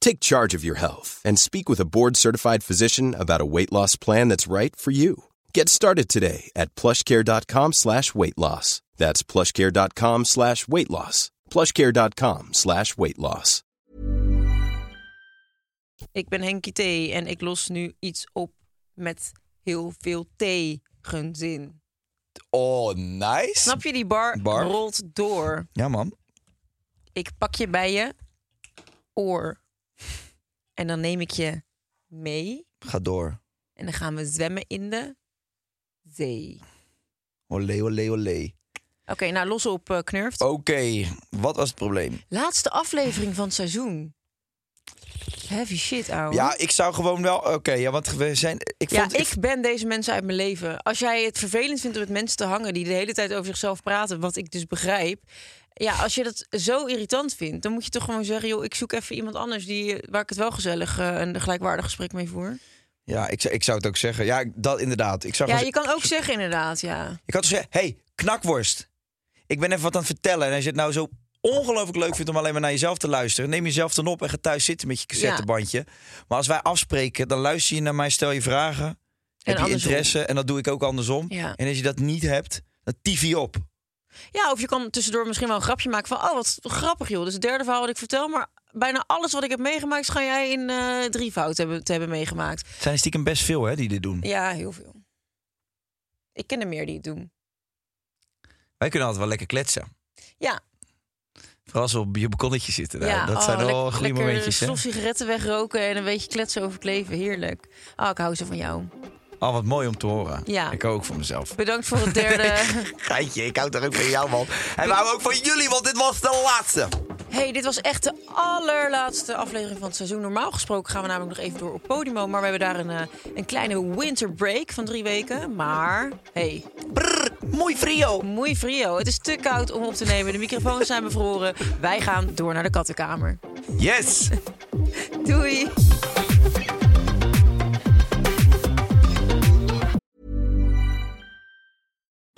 Speaker 1: Take charge of your health and speak with a board-certified physician about a weight loss plan that's right for you. Get started today at plushcare.com slash weight loss. That's plushcare.com slash weight loss. plushcare.com slash weight loss.
Speaker 3: Ik ben Henkie T. En ik los nu iets op met heel veel tegenzin.
Speaker 5: Oh, nice.
Speaker 3: Snap je, die bar,
Speaker 5: Bar.
Speaker 3: rolt door.
Speaker 5: Ja, man.
Speaker 3: Ik pak je bij je oor. En dan neem ik je mee.
Speaker 5: Ga door.
Speaker 3: En dan gaan we zwemmen in de zee.
Speaker 5: Olé, olé, olé.
Speaker 3: Oké, nou los op eh, knurft.
Speaker 5: Oké, wat was het probleem?
Speaker 3: Laatste aflevering van het seizoen. Heavy shit, ouwe.
Speaker 5: Ja, ik zou gewoon wel... Oké, ja, want we zijn... Ik
Speaker 3: Oh. Ja,
Speaker 5: vond,
Speaker 3: ik ben deze mensen uit mijn leven. Als jij het vervelend vindt om met mensen te hangen die de hele tijd over zichzelf praten, wat ik dus begrijp. Ja, als je dat zo irritant vindt, dan moet je toch gewoon zeggen: joh, ik zoek even iemand anders die, waar ik het wel gezellig eh, en een gelijkwaardig gesprek mee voer.
Speaker 5: Ja, ik, zou- ik zou het ook zeggen. Ja, ik- dat inderdaad. Ik zou
Speaker 3: Ja,
Speaker 5: gewoon
Speaker 3: je kan ook zeggen, inderdaad, ja.
Speaker 5: Ik had dus zeggen, hey, knakworst. Ik ben even wat aan het vertellen. En als je het nou zo ongelooflijk leuk vindt om alleen maar naar jezelf te luisteren... neem jezelf dan op en ga thuis zitten met je cassettebandje. Maar als wij afspreken, dan luister je naar mij, stel je vragen... heb je
Speaker 3: andersom.
Speaker 5: interesse en dat doe ik ook andersom.
Speaker 3: Ja.
Speaker 5: En als je dat niet hebt, dan tief je op.
Speaker 3: Ja, of je kan tussendoor misschien wel een grapje maken van: oh, wat grappig, joh. Dus het derde verhaal wat ik vertel, maar bijna alles wat ik heb meegemaakt, schijn jij in eh drie fouten hebben, te hebben meegemaakt.
Speaker 5: Het zijn er stiekem best veel hè, die dit doen.
Speaker 3: Ja, heel veel. Ik ken er meer die het doen.
Speaker 5: Wij kunnen altijd wel lekker kletsen.
Speaker 3: Ja,
Speaker 5: Vooral als we op je balkonnetje zitten. Nou, dat
Speaker 3: oh,
Speaker 5: zijn wel
Speaker 3: lek-
Speaker 5: goede
Speaker 3: lekker
Speaker 5: momentjes. Hè?
Speaker 3: stof sigaretten wegroken en een beetje kletsen over het leven. Heerlijk. Ah, ik hou zo van jou.
Speaker 5: Al wat mooi om te horen.
Speaker 3: Ja.
Speaker 5: Ik hou ook van mezelf.
Speaker 3: Bedankt voor het derde. (laughs)
Speaker 6: Geintje, ik hou toch ook van jou, man. En we houden ook van jullie, want dit was de laatste.
Speaker 3: hey, dit was echt de allerlaatste aflevering van het seizoen. Normaal gesproken gaan we namelijk nog even door op Podimo. Maar we hebben daar een, eh, een kleine winterbreak van drie weken. Maar, hey,
Speaker 6: Mooi frio.
Speaker 3: moei frio. Het is te koud om op te nemen. De microfoons zijn bevroren. Wij gaan door naar de kattenkamer.
Speaker 6: Yes.
Speaker 3: Doei!